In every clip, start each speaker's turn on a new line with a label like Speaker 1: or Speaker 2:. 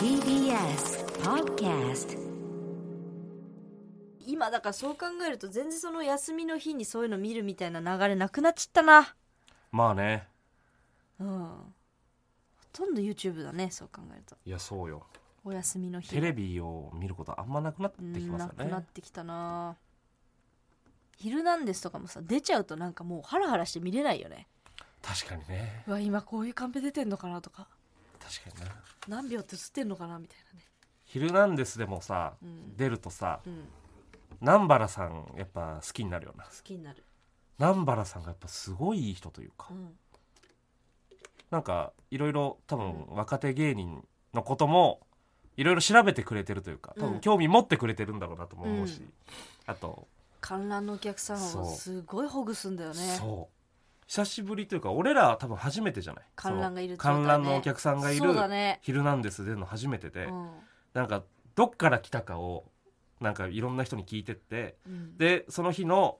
Speaker 1: TBS Podcast
Speaker 2: 今だからそう考えると全然その休みの日にそういうの見るみたいな流れなくなっちゃったな
Speaker 3: まあね
Speaker 2: うんほとんど YouTube だねそう考えると
Speaker 3: いやそうよ
Speaker 2: お休みの日
Speaker 3: テレビを見ることあんまなくなってき
Speaker 2: うん
Speaker 3: ま
Speaker 2: な
Speaker 3: す
Speaker 2: く
Speaker 3: よ
Speaker 2: なっ
Speaker 3: ね
Speaker 2: てきたな「ヒルナンデス」とかもさ出ちゃうとなんかもうハラハラして見れないよね
Speaker 3: 確かにね
Speaker 2: うわ今こういうカンペ出てんのかなとか
Speaker 3: 確かにな
Speaker 2: 何秒って映ってんのかなみたいなね
Speaker 3: 「ヒルナンデス」でもさ、
Speaker 2: うん
Speaker 3: 出るとさ
Speaker 2: うん
Speaker 3: 南原さんやっぱ好きになるよな
Speaker 2: 好きになる
Speaker 3: 南原さんがやっぱすごいいい人というか、
Speaker 2: うん
Speaker 3: なんかいろいろ多分若手芸人のこともいろいろ調べてくれてるというか多
Speaker 2: うん
Speaker 3: 分興味持ってくれてるんだろうなとも思うし、
Speaker 2: うん
Speaker 3: あと、
Speaker 2: 観覧のお客さんを
Speaker 3: そう
Speaker 2: すごいほぐすんだよね
Speaker 3: そう久しぶりというか俺ら多分初めてじゃない
Speaker 2: 観覧がいる
Speaker 3: その観覧のお客さんがいる
Speaker 2: そうだね
Speaker 3: ヒルナンデス」出るの初めてで、
Speaker 2: うん
Speaker 3: なんかどっから来たかをなんかいろんな人に聞いてって
Speaker 2: うん
Speaker 3: でその日の、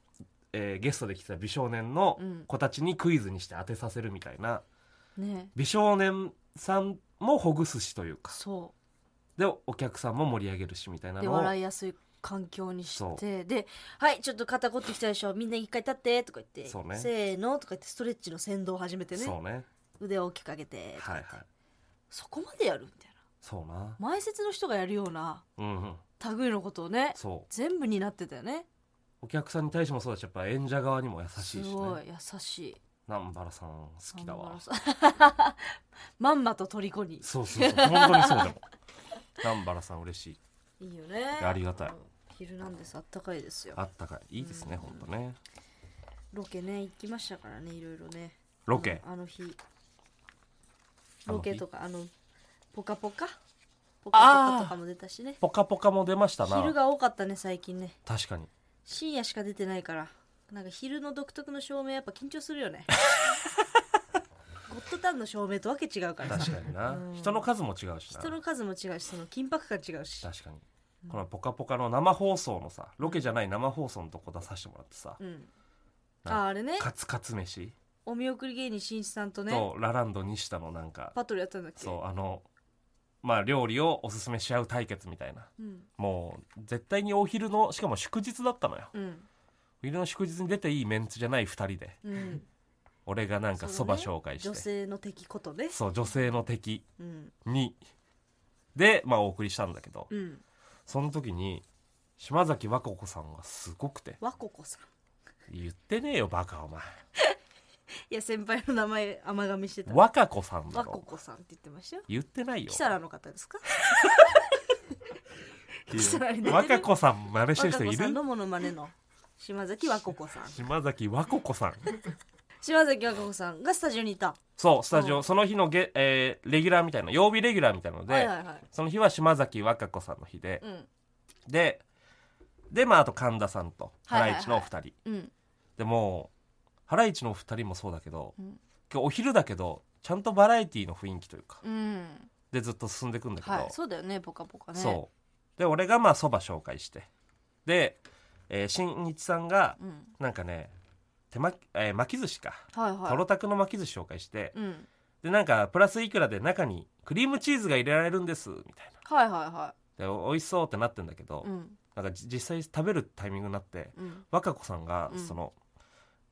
Speaker 3: えーゲストで来てた美少年の
Speaker 2: うん
Speaker 3: 子たちにクイズにして当てさせるみたいな
Speaker 2: ね
Speaker 3: 美少年さんもほぐすしというか
Speaker 2: そう
Speaker 3: でお客さんも盛り上げるしみたいな
Speaker 2: で
Speaker 3: のを
Speaker 2: 笑いやすい環境にし
Speaker 3: そ
Speaker 2: てで「はいちょっと肩凝ってきたでしょみんな一回立って」とか言って
Speaker 3: そうね
Speaker 2: せーの」とか言ってストレッチの先導を始めてね
Speaker 3: そうね
Speaker 2: 腕を大きく上げてとか
Speaker 3: は
Speaker 2: 言
Speaker 3: い
Speaker 2: って、
Speaker 3: はい
Speaker 2: そこまでやるみたいな
Speaker 3: そうな
Speaker 2: 前説の人がやるような
Speaker 3: うんうん
Speaker 2: 類のことをね
Speaker 3: そう
Speaker 2: 全部になってたよね
Speaker 3: お客さんに対してもそうだしやっぱ演者側にも優し
Speaker 2: す
Speaker 3: いし
Speaker 2: ごい
Speaker 3: ね
Speaker 2: 優しい
Speaker 3: 南原さん好きだわ
Speaker 2: あのまんまと虜に
Speaker 3: そうそうそう本当にそうだもん南原さん嬉しい
Speaker 2: いいよね
Speaker 3: ありがたい
Speaker 2: うん昼なんですあったかいですよ
Speaker 3: あったかいいいですね本当ね
Speaker 2: ロケね行きましたからねいろいろね
Speaker 3: ロケ
Speaker 2: うんあの日
Speaker 3: あの
Speaker 2: ロ
Speaker 3: 日
Speaker 2: ケとかあのポカポカポカポ
Speaker 3: あ
Speaker 2: カ
Speaker 3: ー
Speaker 2: とかも出たしね
Speaker 3: ポカポカも出ました
Speaker 2: 昼
Speaker 3: な
Speaker 2: が多かったね最近ね
Speaker 3: 確かに
Speaker 2: 深夜しか出てないからなんか昼の独特の照明やっぱ緊張するよねゴッドタンの照明とわけ違うからさ
Speaker 3: 確かにな
Speaker 2: うん
Speaker 3: 人の数も違うしな
Speaker 2: 人の数も違うしその緊迫感違うし
Speaker 3: 確かにこの「ぽかぽか」の生放送のさロケじゃない生放送のとこ出させてもらってさ
Speaker 2: うん
Speaker 3: なんか
Speaker 2: ああれね
Speaker 3: カツカツ飯
Speaker 2: お見送り芸人しんいちさんとね
Speaker 3: とラランド西田のなんか
Speaker 2: バトルやったんだっけ
Speaker 3: そうあのまあ料理をおすすめし合う対決みたいな
Speaker 2: うん
Speaker 3: もう絶対にお昼のしかも祝日だったのよ
Speaker 2: うん
Speaker 3: お昼の祝日に出ていいメンツじゃない2人で
Speaker 2: うん
Speaker 3: 俺がなんかそば紹介して
Speaker 2: 女性の敵ことね
Speaker 3: そう女性の敵
Speaker 2: うん
Speaker 3: にでまあお送りしたんだけど
Speaker 2: うん
Speaker 3: その時に島崎和歌子さんがすごくて
Speaker 2: 和ココさん
Speaker 3: 言ってねえよバカお前
Speaker 2: いや先輩の名前甘噛みしてた
Speaker 3: 和歌子さんだ
Speaker 2: 和コ
Speaker 3: ろ
Speaker 2: コさんって言ってましたよ
Speaker 3: 言ってないよ
Speaker 2: キサラの方ですか
Speaker 3: っていう
Speaker 2: キサラに出てる
Speaker 3: 和歌子さん真似して
Speaker 2: 和
Speaker 3: る人
Speaker 2: コ
Speaker 3: い
Speaker 2: さん
Speaker 3: る
Speaker 2: のモノマネの島崎和ココさん
Speaker 3: 島崎和歌子さん
Speaker 2: 島崎和ココさんがスタジオにいた
Speaker 3: そうスタジ
Speaker 2: う
Speaker 3: オその日のゲ、えーレギュラーみたいな曜日レギュラーみたいなので、
Speaker 2: はいはいはい
Speaker 3: その日は島崎和歌子さんの日で
Speaker 2: う、ん
Speaker 3: ででまああと神田さんと
Speaker 2: は
Speaker 3: ハ
Speaker 2: いはい
Speaker 3: ラ
Speaker 2: はい
Speaker 3: イチのお二人、
Speaker 2: うん
Speaker 3: でもうハライチのお二人もそうだけど、
Speaker 2: うん
Speaker 3: 今日お昼だけどちゃんとバラエティーの雰囲気というか、
Speaker 2: うん
Speaker 3: でずっと進んでいくんだけど、
Speaker 2: はいそうだよねポカポカね
Speaker 3: そうで俺がまあそば紹介してで、えー、新一さんが
Speaker 2: うん
Speaker 3: なんかね手巻き,、えー巻き寿司か、
Speaker 2: はい
Speaker 3: ト
Speaker 2: は
Speaker 3: ロタクの巻き寿司紹介して
Speaker 2: い、うん
Speaker 3: でなんかプラスいくらで中にクリームチーズが入れられるんですみたい
Speaker 2: はいはいは
Speaker 3: なでお美味しそうってなってんだけど、
Speaker 2: いうん
Speaker 3: なんかじ実際食べるタイミングになって
Speaker 2: うん
Speaker 3: 和歌子さんが
Speaker 2: うん
Speaker 3: その、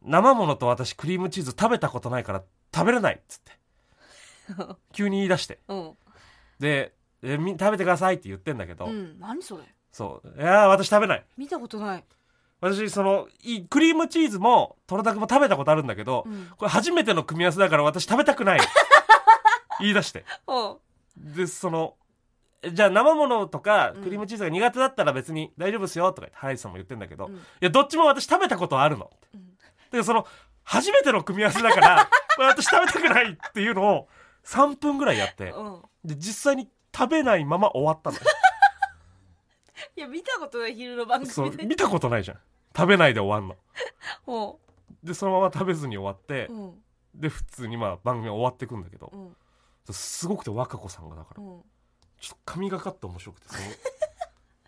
Speaker 3: 生ものと私クリームチーズ食べたことないから食べれないっつって 急に言い出して
Speaker 2: うん
Speaker 3: でえみ食べてくださいって言ってんだけど、
Speaker 2: うん何それ
Speaker 3: そういやー私食べない
Speaker 2: 見たことない
Speaker 3: 私そのいクリームチーズもトロタクも食べたことあるんだけど、
Speaker 2: うん
Speaker 3: これ初めての組み合わせだから私食べたくない 言い出して
Speaker 2: お
Speaker 3: でそのえじゃあ生ものとか
Speaker 2: うん
Speaker 3: クリームチーズが苦手だったら別に大丈夫ですよとか言ってハライチさんも言ってんだけど、
Speaker 2: うん
Speaker 3: いやどっちも私食べたことあるのって
Speaker 2: うん
Speaker 3: だからその初めての組み合わせだから これ私食べたくないっていうのを3分ぐらいやって
Speaker 2: うん
Speaker 3: で実際に食べないまま終わったの よ
Speaker 2: いや見たことない昼の番
Speaker 3: そう
Speaker 2: 組で
Speaker 3: 見たことないじゃん食べないで終わんの
Speaker 2: お
Speaker 3: でそのまま食べずに終わって、
Speaker 2: うん
Speaker 3: で普通にまあ番組は終わってくんだけど
Speaker 2: う、ん
Speaker 3: すごくて和歌子さんがだから、
Speaker 2: うん
Speaker 3: ちょっと神がかって面白くてそ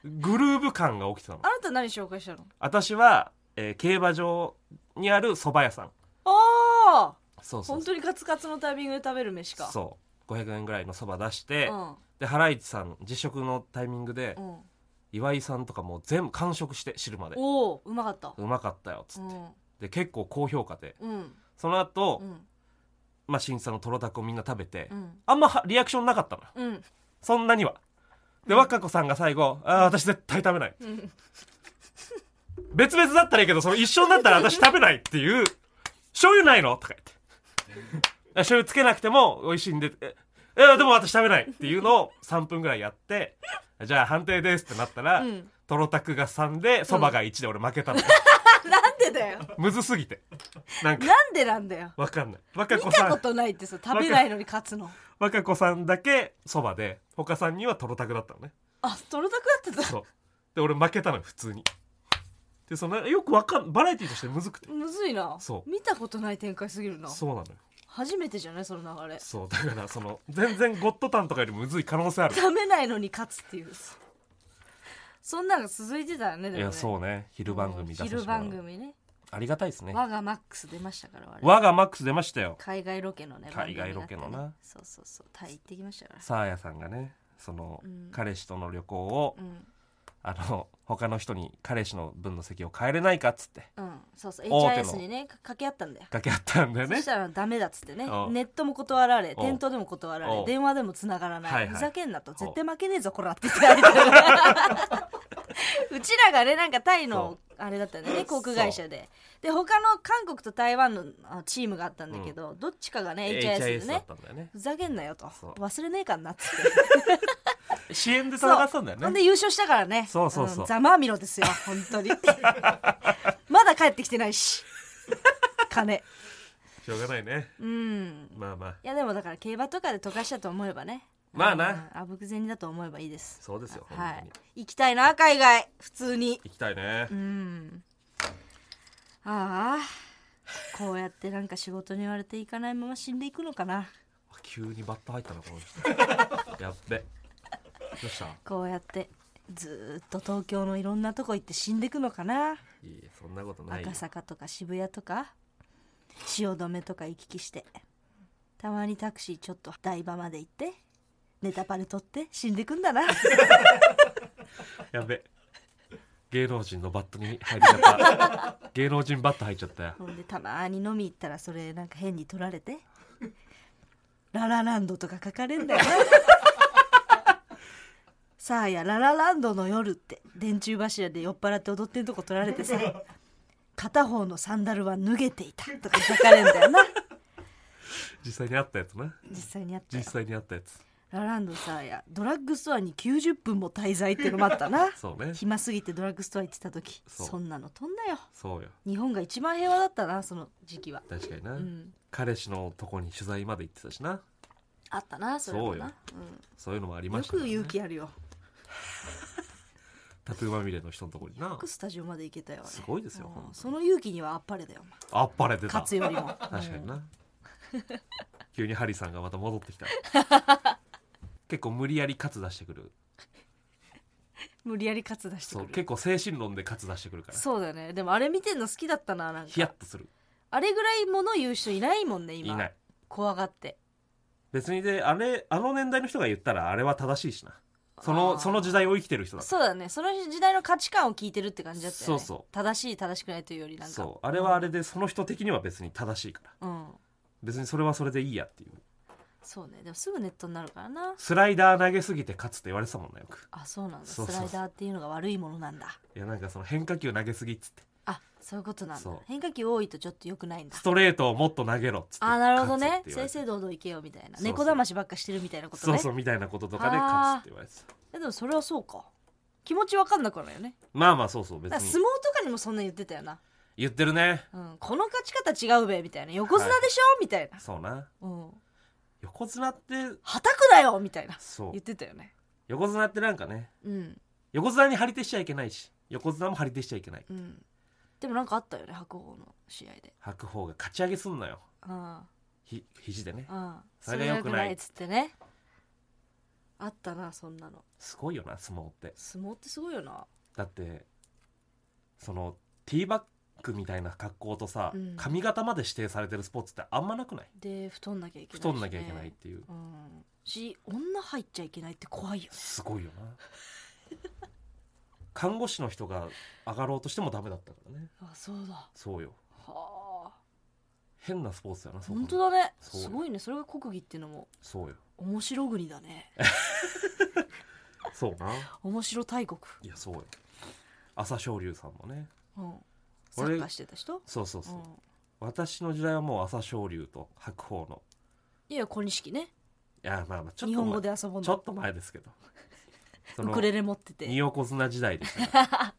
Speaker 3: の グルーヴ感が起きてたの
Speaker 2: あなた何紹介したの
Speaker 3: 私は、えー競馬場にある蕎麦屋さん
Speaker 2: ああ
Speaker 3: そうそう
Speaker 2: 本当にカツカツのタイミングで食べる飯か
Speaker 3: そう500円ぐらいのそば出して、
Speaker 2: うん
Speaker 3: でハライチさん実食のタイミングで、
Speaker 2: うん
Speaker 3: 岩井さんとかもう全部完食して汁まで
Speaker 2: おおうまかった
Speaker 3: うまかったよっつ
Speaker 2: う
Speaker 3: って、
Speaker 2: ん
Speaker 3: で結構高評価で
Speaker 2: うん
Speaker 3: その後、
Speaker 2: うん
Speaker 3: まあしんいちさんのとろたくをみんな食べて、
Speaker 2: うん
Speaker 3: あんまはリアクションなかったのよ
Speaker 2: うん
Speaker 3: そんなにはで和歌子さんが最後「ああ私絶対食べない」
Speaker 2: うん
Speaker 3: 別々だったらいいけどその一緒になったら私食べないっていう醤油ないのとか言 って醤油つけなくても美味しいんでええでも私食べないっていうのを3分ぐらいやってじゃあ判定ですってなったら、
Speaker 2: うん
Speaker 3: とろたくが3でそばが1で俺負けたの、
Speaker 2: なんでだよ
Speaker 3: むずすぎてなんか
Speaker 2: なんでなんだよ
Speaker 3: わかんない和歌
Speaker 2: 見
Speaker 3: 子
Speaker 2: た
Speaker 3: さ
Speaker 2: こ
Speaker 3: ん
Speaker 2: とないってさ食べないのに勝つの
Speaker 3: 和歌子さんだけそばで他さんにはとろたくだったのね
Speaker 2: あとろたくだってた
Speaker 3: そうで俺負けたのよ普通にでそのよくわかんバラエティーとしてむずくて
Speaker 2: むずいな
Speaker 3: そう
Speaker 2: 見たことない展開すぎるな
Speaker 3: そうなのよ
Speaker 2: 初めてじゃないその流れ
Speaker 3: そうだからその全然ゴッドタンとかよりむずい可能性ある
Speaker 2: 食べないのに勝つっていうそんなの続いてたよねでも
Speaker 3: い
Speaker 2: ね
Speaker 3: やそうね昼番組出させて
Speaker 2: 昼
Speaker 3: もらう
Speaker 2: 番組ね
Speaker 3: ありがたいですね
Speaker 2: 我がマックス出ましたから我々
Speaker 3: 我がマックス出ましたよ
Speaker 2: 海外ロケのね
Speaker 3: 海外ロケの
Speaker 2: 番
Speaker 3: な
Speaker 2: 組があってねそうそうそうタイ行ってきましたから
Speaker 3: サーヤさんがねその、
Speaker 2: うん
Speaker 3: 彼氏との旅行を、
Speaker 2: うん
Speaker 3: あの他の人に彼氏の分の席を変えれないかっつって
Speaker 2: うんそうそう
Speaker 3: 大手の
Speaker 2: HIS にねか掛け合ったんだよ
Speaker 3: 掛け合ったんだよ
Speaker 2: そ
Speaker 3: ね
Speaker 2: したらダメだっつってね
Speaker 3: おう
Speaker 2: ネットも断られ
Speaker 3: おう
Speaker 2: 店頭でも断ら
Speaker 3: お
Speaker 2: れ
Speaker 3: う
Speaker 2: 電話でも繋がらない、
Speaker 3: はいはい
Speaker 2: ふざけんなと
Speaker 3: う
Speaker 2: 絶対負けねえぞこらって言ってた相手がうちらがねなんかタイのあれだったんだよね航空会社でで他の韓国と台湾のあチームがあったんだけど、どっちかがね HIS で
Speaker 3: だっ
Speaker 2: ね
Speaker 3: たんだよね
Speaker 2: ふざけんなよと
Speaker 3: そう
Speaker 2: 忘れねえかんなっつって
Speaker 3: 支援で戦ってたんだよ
Speaker 2: ほん
Speaker 3: ね
Speaker 2: で優勝したからね
Speaker 3: そうそうそうん
Speaker 2: ざまあみろですよ本当 にまだ帰ってきてないし金
Speaker 3: しょうがないね
Speaker 2: うん
Speaker 3: まあまあ
Speaker 2: いやでもだから競馬とかで溶かしたと思えばね
Speaker 3: まあな
Speaker 2: うんあぶく銭だと思えばいいです
Speaker 3: そうですよ
Speaker 2: は
Speaker 3: 本当
Speaker 2: い
Speaker 3: に
Speaker 2: 行きたいな海外普通に
Speaker 3: 行きたいね
Speaker 2: うんああこうやってなんか仕事に言われていかないまま死んでいくのかな
Speaker 3: 急にバット入ったなこの 人やっべどうした
Speaker 2: こうやってずーっと東京のいろんなとこ行って死んでいくのかない
Speaker 3: いえそんなことないよ
Speaker 2: 赤坂とか渋谷とか汐留とか行き来してたまにタクシーちょっと台場まで行ってネタパレ取って死んでいくんだな
Speaker 3: やべ芸能人のバットに入っち ゃった芸能人バット入っちゃったよ
Speaker 2: ほんでたまーに飲み行ったらそれなんか変に取られて「ララランド」とか書かれんだよなさあや「ララランドの夜」って電柱柱で酔っ払って踊ってるとこ取られてさ「片方のサンダルは脱げていた」とか書かれんだよな
Speaker 3: 実際にあったやつな
Speaker 2: 実際にあった
Speaker 3: 実
Speaker 2: よ
Speaker 3: 際にあったやつ
Speaker 2: ラランドさやドラッグストアに90分も滞在っていうのもあったな
Speaker 3: そう ね
Speaker 2: 暇すぎてドラッグストア行ってた時
Speaker 3: そう
Speaker 2: そんなの飛んだよ
Speaker 3: そうよ
Speaker 2: 日本が一番平和だったなその時期は
Speaker 3: 確かにな、
Speaker 2: ん
Speaker 3: 彼氏のとこに取材まで行ってたしな
Speaker 2: あったなそれもな
Speaker 3: そういうのもあり
Speaker 2: うん、よ
Speaker 3: ましたから
Speaker 2: く
Speaker 3: ね
Speaker 2: 勇気あるよよ
Speaker 3: タトゥーまみれの人のとこにな
Speaker 2: くスタジオまで行けたよあれ
Speaker 3: すごいですよ
Speaker 2: うん
Speaker 3: 本当に
Speaker 2: その勇気にはあっぱれだよ
Speaker 3: あっぱれてた
Speaker 2: 勝つよりも
Speaker 3: 確かにな急にハリーさんがまた戻ってきた 結構無理やり勝つ出してくる
Speaker 2: 無理やり勝つ出して
Speaker 3: そう
Speaker 2: くる
Speaker 3: 結構精神論で勝つ出してくるから
Speaker 2: そうだよねでもあれ見てんの好きだったななん
Speaker 3: ヒヤッ
Speaker 2: か
Speaker 3: とする
Speaker 2: あれぐらい物言う人いないもんね今
Speaker 3: いない
Speaker 2: 怖がって
Speaker 3: 別にであれあの年代の人が言ったらあれは正しいしなそ
Speaker 2: あー
Speaker 3: のその時代を生きてる人だか
Speaker 2: そうだねその時代の価値観を聞いてるって感じだったよね
Speaker 3: そうそう
Speaker 2: 正しい正しくないというよりな
Speaker 3: ら
Speaker 2: んか
Speaker 3: そうあれはあれでその人的には別に正しいから
Speaker 2: うん
Speaker 3: 別にそれはそれでいいやっていう
Speaker 2: そうねでもすぐネットになるからな
Speaker 3: スライダー投げすぎて勝つって言われてたもんねよく
Speaker 2: あそうなんだ
Speaker 3: そうそうそう
Speaker 2: スライダーっていうのが悪いものなんだ
Speaker 3: いやなんかその変化球投げすぎっつって
Speaker 2: あそういうことなんだ
Speaker 3: そう
Speaker 2: 変化球多いとちょっと良くないんだ
Speaker 3: ストレートをもっと投げろっつって
Speaker 2: あなるほどね
Speaker 3: 勝つって言わ
Speaker 2: 正
Speaker 3: れて
Speaker 2: 々堂々いけよみたいな
Speaker 3: そうそう
Speaker 2: 猫だましばっかしてるみたいなこと
Speaker 3: そう
Speaker 2: ね
Speaker 3: そうみたいなこととかで
Speaker 2: あー
Speaker 3: 勝つって言われてた
Speaker 2: えでもそれはそうか気持ちわかんなくないよね
Speaker 3: まあまあそうそう別
Speaker 2: だから相
Speaker 3: に
Speaker 2: 撲とかにもそんな言ってたよな、
Speaker 3: 言ってるね
Speaker 2: うん、この勝ち方違うべみたいな横綱でしょ、みたいな、
Speaker 3: そうな
Speaker 2: うん、
Speaker 3: 横綱って
Speaker 2: はたくなよみたいな
Speaker 3: そう
Speaker 2: 言ってたよね
Speaker 3: 横綱ってなんかね
Speaker 2: うん
Speaker 3: 横綱に張り手しちゃいけないし横綱も張り手しちゃいけない
Speaker 2: うんでもなんかあったよね白鵬の試合で
Speaker 3: 白鵬が勝ち上げすんのよ
Speaker 2: あ
Speaker 3: ひ肘でね
Speaker 2: あああ
Speaker 3: それが良くない
Speaker 2: っつってねあったなそんなの
Speaker 3: すごいよな相撲って
Speaker 2: 相撲ってすごいよな
Speaker 3: だってそのティーバックみたいな格好とさ、
Speaker 2: うん
Speaker 3: 髪型まで指定されてるスポーツってあんまなくない
Speaker 2: で太んなきゃいけないしね
Speaker 3: 太んなきゃいけないっていう
Speaker 2: うんし女入っちゃいけないって怖いよね
Speaker 3: すごいよな看護師の人が上がろうとしてもダメだったからね
Speaker 2: あそうだ
Speaker 3: そうよ
Speaker 2: はあ
Speaker 3: 変なスポーツだなそこ
Speaker 2: 本当だね
Speaker 3: そう
Speaker 2: すごいねそれが国技っていうのも
Speaker 3: そうよ
Speaker 2: 面白国だね
Speaker 3: そうな
Speaker 2: 面白大国、
Speaker 3: いやそうよ朝青龍さんもね
Speaker 2: うん、サッカーしてた人
Speaker 3: そうそうそう、
Speaker 2: うん
Speaker 3: 私の時代はもう朝青龍と白鵬の
Speaker 2: いや小錦ね
Speaker 3: いやまあまあちょっ
Speaker 2: 日
Speaker 3: と
Speaker 2: 本語
Speaker 3: 前
Speaker 2: で遊ぼん
Speaker 3: ちょ
Speaker 2: の
Speaker 3: っと前ですけど そ
Speaker 2: ウ
Speaker 3: の
Speaker 2: クレレ持ってて
Speaker 3: 二横綱時代でし たから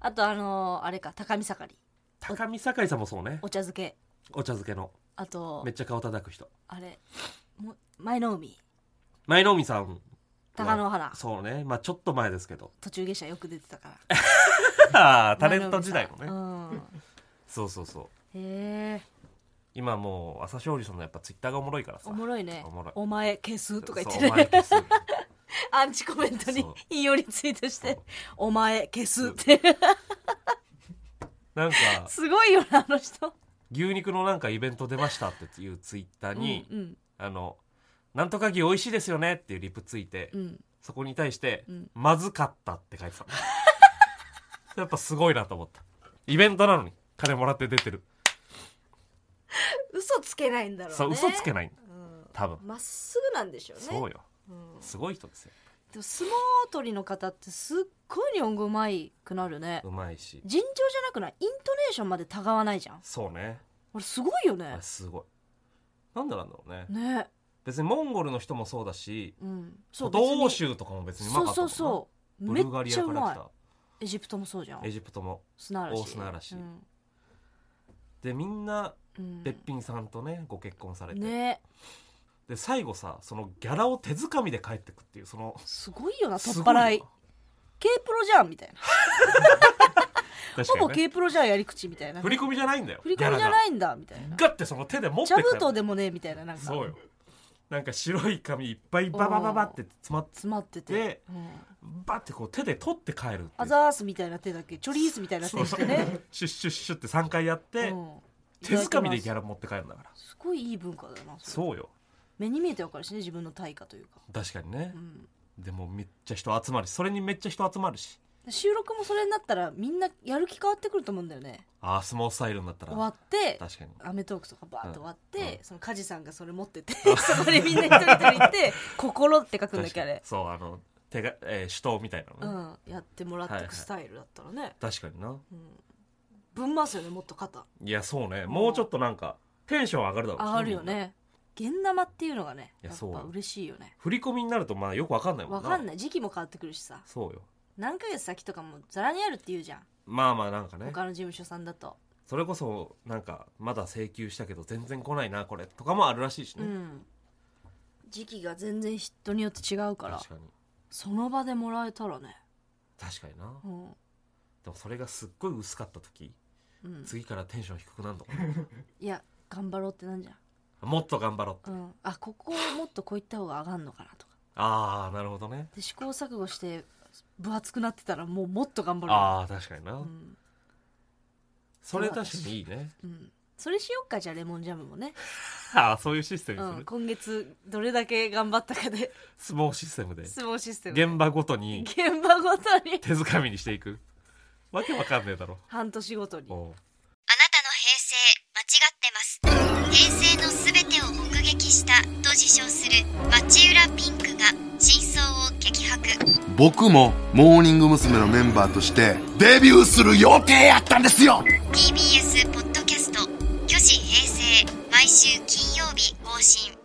Speaker 2: あとあのーあれか高見盛り
Speaker 3: 高見酒井さんもそうね
Speaker 2: お茶漬け
Speaker 3: お茶漬けの
Speaker 2: あと
Speaker 3: めっちゃ顔叩く人
Speaker 2: あれも前の海
Speaker 3: 舞の海さん
Speaker 2: 高野原
Speaker 3: そうねまあちょっと前ですけ ど
Speaker 2: 途中下車よく出てたから
Speaker 3: あータレント時代の
Speaker 2: 前
Speaker 3: ね、
Speaker 2: 海さん
Speaker 3: そうそうそう
Speaker 2: うん、へえ
Speaker 3: 今もう朝青龍さんのやっぱツイッターがおもろいからさ
Speaker 2: おもろいね
Speaker 3: おもろい
Speaker 2: お前消すとか言っ
Speaker 3: そう
Speaker 2: て
Speaker 3: お前
Speaker 2: ね
Speaker 3: 消す
Speaker 2: アンチコメントに
Speaker 3: そう
Speaker 2: 引用リツイートして
Speaker 3: そう
Speaker 2: 「お前消す」って
Speaker 3: なんか
Speaker 2: すごいよなあの人
Speaker 3: 牛肉のなんかイベント出ましたっていうツイッターに、
Speaker 2: うんうん
Speaker 3: あのなんとか牛美味しいですよねっていうリプついて、
Speaker 2: うん
Speaker 3: そこに対して、
Speaker 2: うん
Speaker 3: まずかったって書い てたやっぱすごいなと思ったイベントなのに金もらって出てる
Speaker 2: 嘘つけないんだろうね
Speaker 3: そう嘘つけない
Speaker 2: うん
Speaker 3: 多分、
Speaker 2: まっすぐなんでしょうね
Speaker 3: そうよ
Speaker 2: うん
Speaker 3: すごい人ですよ
Speaker 2: でも相撲取りの方ってすっごい日本語うまいくなるね
Speaker 3: うまいし
Speaker 2: 尋常じゃなくないイントネーションまでたがわないじゃん
Speaker 3: そうね
Speaker 2: 俺すごいよ
Speaker 3: あ
Speaker 2: ね
Speaker 3: れすごいなんでなんだろうね
Speaker 2: ね
Speaker 3: 別にモンゴルの人もそうだし
Speaker 2: うん
Speaker 3: 古
Speaker 2: 別に
Speaker 3: 欧州とかも別にうま
Speaker 2: そ
Speaker 3: か
Speaker 2: う
Speaker 3: った
Speaker 2: そ
Speaker 3: もん
Speaker 2: うそう
Speaker 3: なブ
Speaker 2: め
Speaker 3: ルガ
Speaker 2: っ
Speaker 3: リ
Speaker 2: ちゃ
Speaker 3: ア
Speaker 2: う
Speaker 3: から来
Speaker 2: ま
Speaker 3: た
Speaker 2: いエジプトもそうじゃん
Speaker 3: エジプトも
Speaker 2: 砂嵐
Speaker 3: 大砂嵐
Speaker 2: うん
Speaker 3: でみんな
Speaker 2: うん
Speaker 3: べっぴんさんとねご結婚されて、
Speaker 2: ね
Speaker 3: で最後さそのギャラを手づかみで帰ってくっていうその
Speaker 2: すごいよな取
Speaker 3: す
Speaker 2: っ
Speaker 3: ご
Speaker 2: 払
Speaker 3: い
Speaker 2: い
Speaker 3: よ
Speaker 2: K プロじゃんみたいな
Speaker 3: 確
Speaker 2: ほぼ
Speaker 3: かに、ね、
Speaker 2: K プロじゃんやり口みたいな
Speaker 3: 振り込みじゃないんだよ
Speaker 2: 振り込みじゃ
Speaker 3: い
Speaker 2: ないんだみたいな
Speaker 3: ガッてその手で持って
Speaker 2: 茶
Speaker 3: きた
Speaker 2: 封
Speaker 3: の
Speaker 2: 筒でもねみたいななんか
Speaker 3: そうよなんか白い紙いっぱいババババって詰まって
Speaker 2: 詰まってて
Speaker 3: で
Speaker 2: うん
Speaker 3: バッてこう手で取って帰るっていう
Speaker 2: アザースみたいな手だけチョリースみたいな
Speaker 3: そ
Speaker 2: 手
Speaker 3: う
Speaker 2: してね
Speaker 3: シュッシュッシュッって3回やって、
Speaker 2: うん
Speaker 3: 手づかみでギ
Speaker 2: いただきま
Speaker 3: ャラ持って帰るんだから
Speaker 2: すすごいいい文化だなれ
Speaker 3: そうよ
Speaker 2: 目に見えてわかるしね自分の対価というか
Speaker 3: 確かにね
Speaker 2: う、ん
Speaker 3: でもめっちゃ人集まるしそれにめっちゃ人集まるし
Speaker 2: 収録もそれになったらみんなやる気変わってくると思うんだよね
Speaker 3: ああ相撲スタイルになった
Speaker 2: 終わ
Speaker 3: ら
Speaker 2: って
Speaker 3: 確かに
Speaker 2: アメトークとかバーッと終わって、
Speaker 3: う
Speaker 2: その梶さんがそれ持ってて そこにみんな一人一人行 って「心」って書くんだっ
Speaker 3: 確
Speaker 2: け
Speaker 3: か
Speaker 2: あ
Speaker 3: に
Speaker 2: れ、
Speaker 3: そうあの手が、えー、手刀みたいな
Speaker 2: う
Speaker 3: のね、
Speaker 2: ん、やってもらってくスタイルだったらね、
Speaker 3: 確かにな
Speaker 2: ぶん回すよねもっと肩
Speaker 3: いやそうねもうちょっとなんかテンション上がるだろうし
Speaker 2: 上がるよね現玉っていうのがね
Speaker 3: い
Speaker 2: やっ
Speaker 3: や
Speaker 2: ぱ
Speaker 3: そう
Speaker 2: 嬉しいよね
Speaker 3: 振り込みになるとまあよくわかんないも
Speaker 2: わ
Speaker 3: んな
Speaker 2: かん
Speaker 3: い
Speaker 2: ない時期も変わってくるしさ
Speaker 3: そうよ
Speaker 2: 何ヶ月先とかもざらにあるって言うじゃん
Speaker 3: まあまあなんかね
Speaker 2: 他の事務所さんだと、
Speaker 3: それこそなんかまだ請求したけど全然来ないなこれとかもあるらしいし
Speaker 2: う
Speaker 3: ね、
Speaker 2: ん時期が全然人によって違うから
Speaker 3: 確かに
Speaker 2: その場でもらえたらね
Speaker 3: 確かにな、
Speaker 2: うん、
Speaker 3: でもそれがすっごい薄かった時
Speaker 2: うん、
Speaker 3: 次からテンション低くなるのかない
Speaker 2: や頑張ろうってなんじゃ
Speaker 3: もっと頑張ろうって
Speaker 2: ん、うん、あここもっとこういった方が上がんのかなとか
Speaker 3: ああなるほどね
Speaker 2: で試行錯誤して分厚くなってたらもうもっと頑張ろう
Speaker 3: ああ確かにな、
Speaker 2: うん
Speaker 3: それ確かにいいね
Speaker 2: うん、それしよっかじゃあレモンジャムもね
Speaker 3: ああそういうシステムにす
Speaker 2: うん、
Speaker 3: る、
Speaker 2: 今月どれだけ頑張ったかで
Speaker 3: 相撲システムで
Speaker 2: 相撲システム
Speaker 3: 現場ごとに
Speaker 2: 現場ごとに
Speaker 3: 手づかみにしていくわけわかんねえだろ
Speaker 2: 半年ごとに
Speaker 3: おう
Speaker 4: あなたの平成間違ってます平成のすべてを目撃したと自称する町浦ピンクが真相を激白
Speaker 5: 僕もモーニング娘。のメンバーとしてデビューする予定やったんですよ
Speaker 4: TBS ポッドキャスト「巨子平成」毎週金曜日更新